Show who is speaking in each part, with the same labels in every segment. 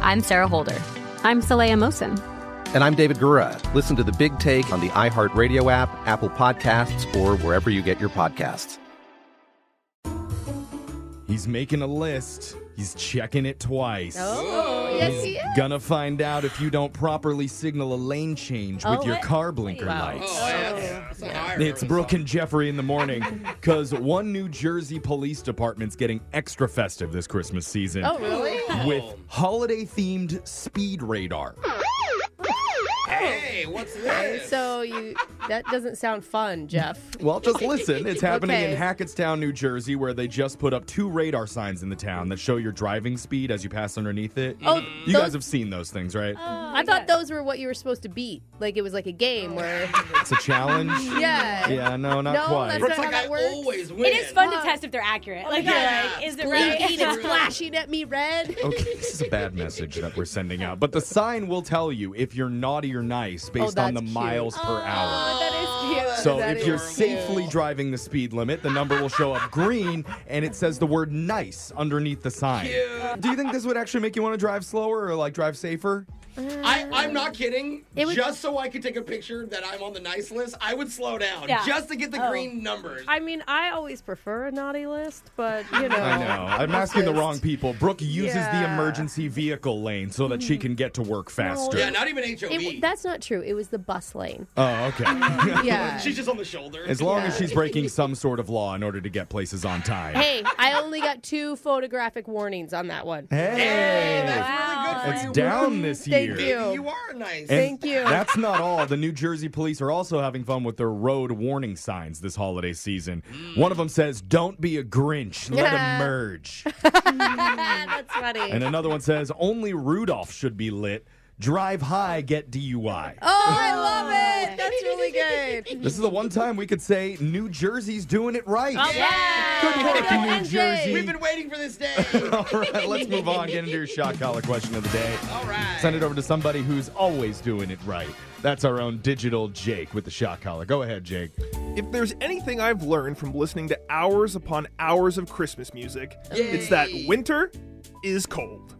Speaker 1: I'm Sarah Holder.
Speaker 2: I'm Saleya Mosin.
Speaker 3: And I'm David Gura. Listen to The Big Take on the iHeartRadio app, Apple Podcasts, or wherever you get your podcasts.
Speaker 4: He's making a list. He's checking it twice.
Speaker 5: Oh,
Speaker 4: He's Gonna find out if you don't properly signal a lane change
Speaker 5: Oh,
Speaker 4: with your car blinker lights. It's Brooke and Jeffrey in the morning because one New Jersey police department's getting extra festive this Christmas season
Speaker 5: Oh, really? Hmm.
Speaker 4: with holiday themed speed radar.
Speaker 6: Hey, what's this?
Speaker 7: So you that doesn't sound fun, Jeff.
Speaker 4: Well, just listen. It's happening
Speaker 7: Okay.
Speaker 4: in Hackettstown, New Jersey, where they just put up two radar signs in the town that show your driving speed as you pass underneath it.
Speaker 7: Oh,
Speaker 4: you
Speaker 7: those-
Speaker 4: guys have seen those things, right?
Speaker 8: Oh.
Speaker 7: I thought those were what you were supposed to beat. Like it was like a game where
Speaker 4: It's a challenge.
Speaker 7: Yeah.
Speaker 4: Yeah, no, not
Speaker 7: No,
Speaker 4: quite.
Speaker 7: that's
Speaker 6: Brooke's
Speaker 7: not
Speaker 6: like,
Speaker 7: how that
Speaker 6: I
Speaker 7: works.
Speaker 6: always win.
Speaker 9: It is fun to test if they're accurate. Like,
Speaker 7: yeah.
Speaker 9: like, is it right?
Speaker 7: blinking and flashing at me red.
Speaker 4: Okay, this is a bad message that we're sending out. But the sign will tell you if you're naughty or
Speaker 1: Oh,
Speaker 4: nice based on the
Speaker 7: that's cute.
Speaker 4: miles per hour.
Speaker 7: Oh, that is cute.
Speaker 4: So
Speaker 7: That
Speaker 4: if
Speaker 7: is
Speaker 4: you're
Speaker 7: cute.
Speaker 4: safely driving the speed limit, the number will show up green and it says the word nice underneath the sign. Do you think this would actually make you want to drive slower or like drive safer?
Speaker 8: Uh,
Speaker 6: I, I'm not kidding.
Speaker 7: It was-
Speaker 6: just so I could take a picture that I'm on the nice list, I would slow down
Speaker 9: Yeah.
Speaker 6: just to get the green numbers.
Speaker 8: Oh. I mean, I always prefer a naughty list, but you know.
Speaker 4: I know. I'm asking the wrong people. Brooke uses the
Speaker 8: Yeah. Mm-hmm.
Speaker 4: emergency vehicle lane so that she can get to work faster.
Speaker 6: yeah, not even HOV.
Speaker 7: It- that's not true. It was the bus lane.
Speaker 4: Oh, okay.
Speaker 7: Yeah.
Speaker 6: She's just on the shoulder.
Speaker 4: As long as she's breaking some sort of law in order to get places on time.
Speaker 7: hey, I only got two photographic warnings on that one.
Speaker 4: Hey,
Speaker 6: that's really
Speaker 4: it's
Speaker 6: good for you.
Speaker 4: down this
Speaker 7: Thank
Speaker 4: year.
Speaker 7: you.
Speaker 6: You are nice.
Speaker 4: And
Speaker 7: Thank you.
Speaker 4: That's not all. The New Jersey police are also having fun with their road warning signs this holiday season. One of them says, "Don't be a Grinch, let him merge,"
Speaker 7: That's funny.
Speaker 4: and another one says, "Only Rudolph should be lit. Drive high, get DUI."
Speaker 7: Oh, I love it. That's really good.
Speaker 4: This is the one time we could say New Jersey's doing it right.
Speaker 6: yeah.
Speaker 4: Good work, New Jersey.
Speaker 6: We've been waiting for this day.
Speaker 4: All right, let's move on. Get into your shot collar question of the day.
Speaker 6: All right.
Speaker 4: Send it over to somebody who's always doing it right. That's our own digital Jake with the shot collar. Go ahead, Jake.
Speaker 10: If there's anything I've learned from listening to hours upon hours of Christmas music, it's that
Speaker 6: Yay.
Speaker 10: winter is cold.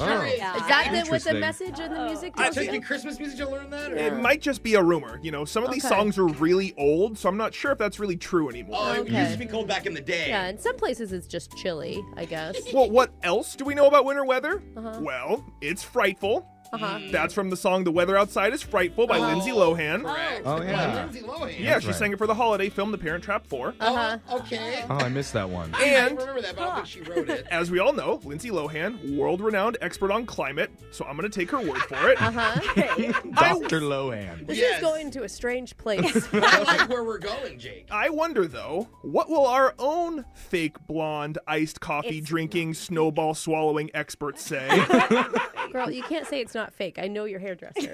Speaker 7: Is that the, with the
Speaker 4: Interesting.
Speaker 7: message and the music?
Speaker 6: I
Speaker 7: tells
Speaker 6: took
Speaker 7: Oh. you?
Speaker 6: you Christmas music to learn that? Or?
Speaker 10: It might just be a rumor. You know, some of these
Speaker 7: Okay.
Speaker 10: songs are really old, so I'm not sure if that's really true anymore.
Speaker 6: Oh, it
Speaker 7: Okay.
Speaker 6: used to be cold back in the day.
Speaker 7: Yeah, in some places it's just chilly, I guess.
Speaker 10: Well, what else do we know about winter weather? Well, it's frightful,
Speaker 5: Uh-huh.
Speaker 4: That's from the song The Weather Outside is Frightful by
Speaker 5: Oh.
Speaker 4: Lindsay Lohan.
Speaker 5: Correct.
Speaker 1: Oh, yeah.
Speaker 5: Lindsay Lohan.
Speaker 4: Yeah,
Speaker 1: That's
Speaker 4: she
Speaker 1: right.
Speaker 4: sang it for the holiday film The Parent Trap 4.
Speaker 5: Uh-huh. okay.
Speaker 1: Oh, I missed that one.
Speaker 4: And-
Speaker 11: I remember that, but I don't think she wrote it.
Speaker 4: As we all know, Lindsay Lohan, world renowned expert on climate, so I'm going to take her word for it.
Speaker 12: Uh-huh.
Speaker 1: Dr. Lohan.
Speaker 12: This is going to a strange place.
Speaker 4: I like
Speaker 11: where we're going, Jake.
Speaker 4: I wonder though, what will our own fake blonde iced coffee drinking snowball swallowing experts say
Speaker 12: Girl, you can't say it's not fake. I know your hairdresser.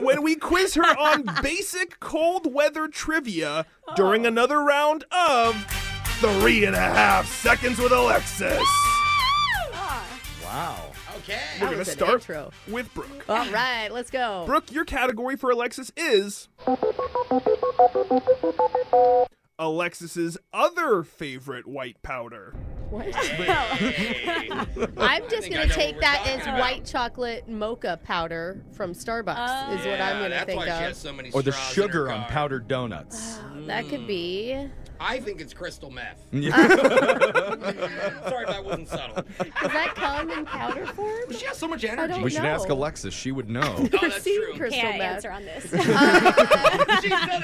Speaker 4: when we quiz her on basic cold weather trivia during another round of three and a half seconds with Alexis? Wow.
Speaker 11: Okay.
Speaker 4: We're gonna
Speaker 12: was an
Speaker 4: start
Speaker 12: intro.
Speaker 4: with Brooke.
Speaker 12: All right, let's go.
Speaker 4: Brooke, your category for Alexis is Alexis's other favorite white powder.
Speaker 12: What?
Speaker 5: I'm
Speaker 4: I
Speaker 5: just
Speaker 4: think
Speaker 5: gonna
Speaker 4: I
Speaker 5: take
Speaker 4: know what we're
Speaker 5: that
Speaker 4: talking
Speaker 5: as
Speaker 4: about.
Speaker 5: white chocolate mocha powder from Starbucks is what
Speaker 1: Yeah,
Speaker 5: I'm gonna
Speaker 1: that's
Speaker 5: think
Speaker 1: why she
Speaker 5: of.
Speaker 1: has Or the sugar on powdered donuts.
Speaker 5: That
Speaker 4: Mm.
Speaker 5: could be.
Speaker 11: I think it's crystal meth.
Speaker 1: Yeah.
Speaker 11: Sorry if that wasn't subtle.
Speaker 5: Does that come in powder form?
Speaker 11: She has so much
Speaker 5: energy. I don't
Speaker 1: we should
Speaker 5: know.
Speaker 1: ask Alexis. She would know.
Speaker 5: Never seen crystal
Speaker 7: Can't
Speaker 5: meth.
Speaker 7: answer on this.
Speaker 11: she said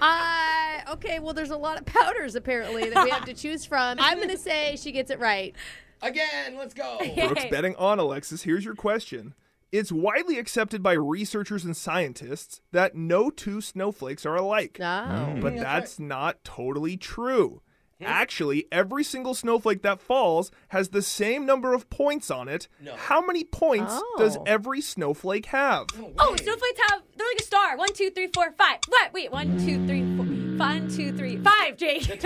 Speaker 11: I
Speaker 5: Uh, okay, well, there's a lot of powders apparently that we have to choose from. I'm going to say she gets it right.
Speaker 11: Again, let's go.
Speaker 4: Brooke's betting on Alexis. Here's your question. It's widely accepted by researchers and scientists that no two snowflakes are alike.
Speaker 5: Oh.
Speaker 4: But
Speaker 5: Mm.
Speaker 4: that's not totally true. Actually, every single snowflake that falls has the same number of points on it. How many points does
Speaker 5: Oh.
Speaker 4: every snowflake have?
Speaker 7: oh, snowflakes have they're like a star. One, two, three, four, five. What? Wait, one, two, three, four. One, two, three, five. Jake.
Speaker 4: she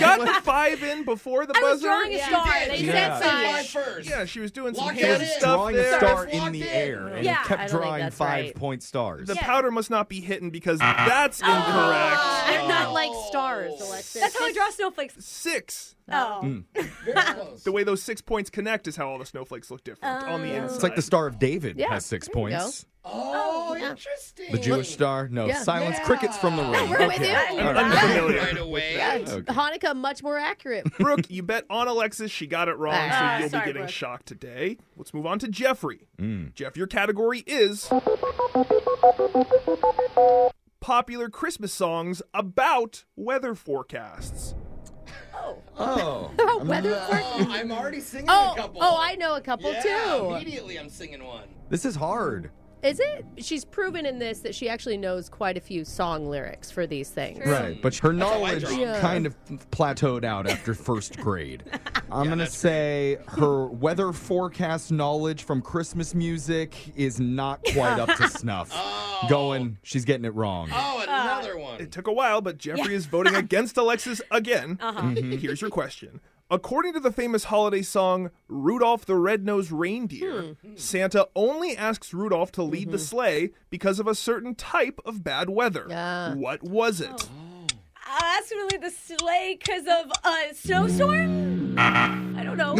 Speaker 4: got the five in before the
Speaker 7: I was
Speaker 4: buzzer.
Speaker 7: drawing a Yeah, star. you did. They You said said five. five
Speaker 11: first.
Speaker 4: Yeah, she was doing some
Speaker 11: Lock
Speaker 4: hand
Speaker 11: it in.
Speaker 4: stuff
Speaker 1: Drawing
Speaker 4: there.
Speaker 1: a star in the air, and he
Speaker 4: Yeah. I
Speaker 1: kept
Speaker 4: don't think
Speaker 1: drawing
Speaker 4: that's
Speaker 1: five
Speaker 4: right.
Speaker 1: point stars. Ah.
Speaker 4: The powder must not be hidden because that's incorrect.
Speaker 5: They're not like stars, Alexis.
Speaker 7: That's how I draw snowflakes.
Speaker 4: Six.
Speaker 7: Oh.
Speaker 4: The way those six points connect is how all the snowflakes look different on the
Speaker 7: Oh.
Speaker 4: inside.
Speaker 1: It's like the Star of David
Speaker 4: Yeah,
Speaker 1: has six
Speaker 4: there you go.
Speaker 1: points.
Speaker 11: Oh, interesting.
Speaker 1: The Jewish star, no
Speaker 5: Yeah.
Speaker 1: silence, crickets from the rain.
Speaker 5: We're with
Speaker 1: okay.
Speaker 5: you.
Speaker 1: All right.
Speaker 4: Unfamiliar.
Speaker 11: Right away.
Speaker 5: Yeah,
Speaker 1: Okay.
Speaker 5: Hanukkah much more accurate.
Speaker 4: Brooke, you bet on Alexis. She got it wrong,
Speaker 5: Ah,
Speaker 4: so you'll
Speaker 5: sorry,
Speaker 4: be getting
Speaker 5: Brooke.
Speaker 4: shocked today. Let's move on to Jeffrey. Jeff, your category is popular Christmas songs about weather forecasts.
Speaker 1: Oh.
Speaker 5: Weather
Speaker 11: Oh, I'm already singing
Speaker 5: Oh,
Speaker 11: a couple.
Speaker 5: oh, I know a couple
Speaker 11: yeah,
Speaker 5: too.
Speaker 11: Immediately, I'm singing one.
Speaker 1: This is hard.
Speaker 5: Is it? She's proven in this that she actually knows quite a few song lyrics for these things.
Speaker 1: Right, but her
Speaker 5: That's how I
Speaker 1: knowledge
Speaker 5: draw 'em.
Speaker 1: kind of plateaued out after first grade. I'm going to say her weather forecast knowledge from Christmas music is not quite up to snuff. Going, she's getting it wrong.
Speaker 11: Oh, another one.
Speaker 4: It took a while, but Jeffrey is voting against Alexis again.
Speaker 11: Uh-huh.
Speaker 1: Mhm.
Speaker 4: Here's your question. According to the famous holiday song Rudolph the Red-Nosed Reindeer, Santa only asks Rudolph to lead the sleigh because of a certain type of bad weather. What was it?
Speaker 7: That's gonna leave the sleigh because of a snowstorm. I don't know.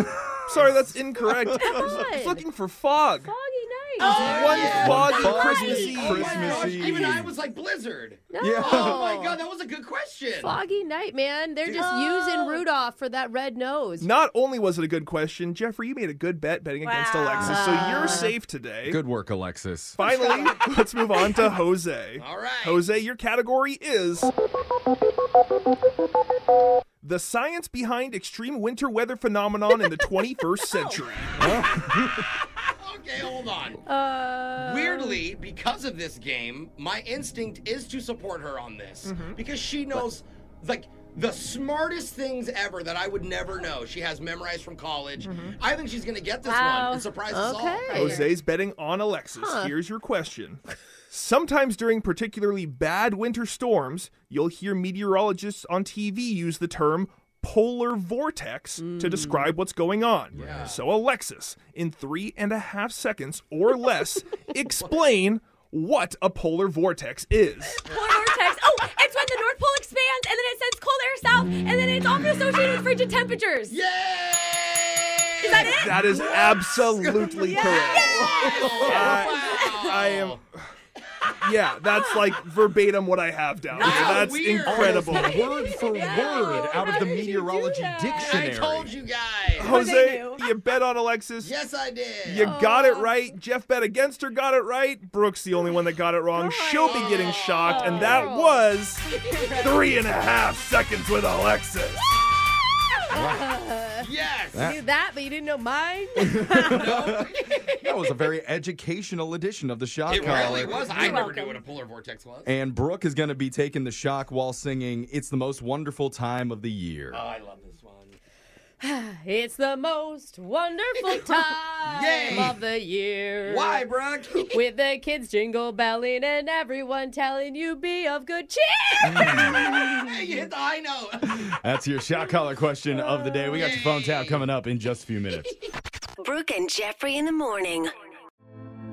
Speaker 4: Sorry, that's incorrect. I was, I was looking for fog. Foggy
Speaker 7: night.
Speaker 4: Oh, One
Speaker 11: yeah.
Speaker 4: foggy
Speaker 11: Foggy.
Speaker 4: Christmas Eve.
Speaker 11: Oh my gosh, Even I was like Blizzard.
Speaker 4: Yeah.
Speaker 11: Oh my god, that was a good question.
Speaker 5: Foggy night, man. They're just
Speaker 7: Oh.
Speaker 5: using Rudolph for that red nose.
Speaker 4: Not only was it a good question, Jeffrey, you made a good bet betting against Alexis, so you're safe today.
Speaker 1: Good work, Alexis.
Speaker 4: Finally, let's move on to Jose. All right. Jose, your category is the science behind extreme winter weather phenomenon in the 21st century.
Speaker 11: Okay, hold on.
Speaker 5: Uh,
Speaker 11: Weirdly, because of this game, my instinct is to support her on this because she knows, like, the smartest things ever that I would never know. She has memorized from college. I think she's gonna get this one and surprise us all.
Speaker 4: Jose's betting on Alexis.
Speaker 11: Huh.
Speaker 4: Here's your question. Sometimes during particularly bad winter storms, you'll hear meteorologists on TV use the term polar vortex to describe what's going on. So, Alexis, in three and a half seconds or less, explain what a polar vortex is.
Speaker 7: Polar vortex. Oh, it's when the North Pole expands and then it sends cold air south and then it's often associated with frigid temperatures. Yay! Is that it?
Speaker 4: That is absolutely correct.
Speaker 7: Yes!
Speaker 4: I, I am. yeah, that's like verbatim what I have down. here. that's incredible.
Speaker 1: Almost Ah, word for word out of the meteorology
Speaker 6: I
Speaker 1: dictionary.
Speaker 6: told you guys.
Speaker 4: Jose, you bet on Alexis.
Speaker 6: Yes, I did.
Speaker 4: You
Speaker 13: Oh,
Speaker 4: got it right. Jeff bet against her, got it right. Brooke's the only one that got it wrong. She'll be getting shocked.
Speaker 13: Oh.
Speaker 4: And that was three and a half seconds with Alexis.
Speaker 6: yes.
Speaker 13: You knew that, but you didn't know mine.
Speaker 1: That was a very educational edition of the shock
Speaker 6: It
Speaker 1: collar.
Speaker 6: really was. I never knew what a polar vortex was.
Speaker 1: And Brooke is going to be taking the shock while singing "It's the most wonderful time of the year."
Speaker 6: I love this one.
Speaker 13: it's the most wonderful time of the year.
Speaker 6: Why, Brock?
Speaker 13: With the kids jingle belling and everyone telling you be of good cheer.
Speaker 6: you hit the high note.
Speaker 1: That's your shock collar question of the day. We got your phone tap coming up in just a few minutes.
Speaker 14: Brooke and Jeffrey in the morning.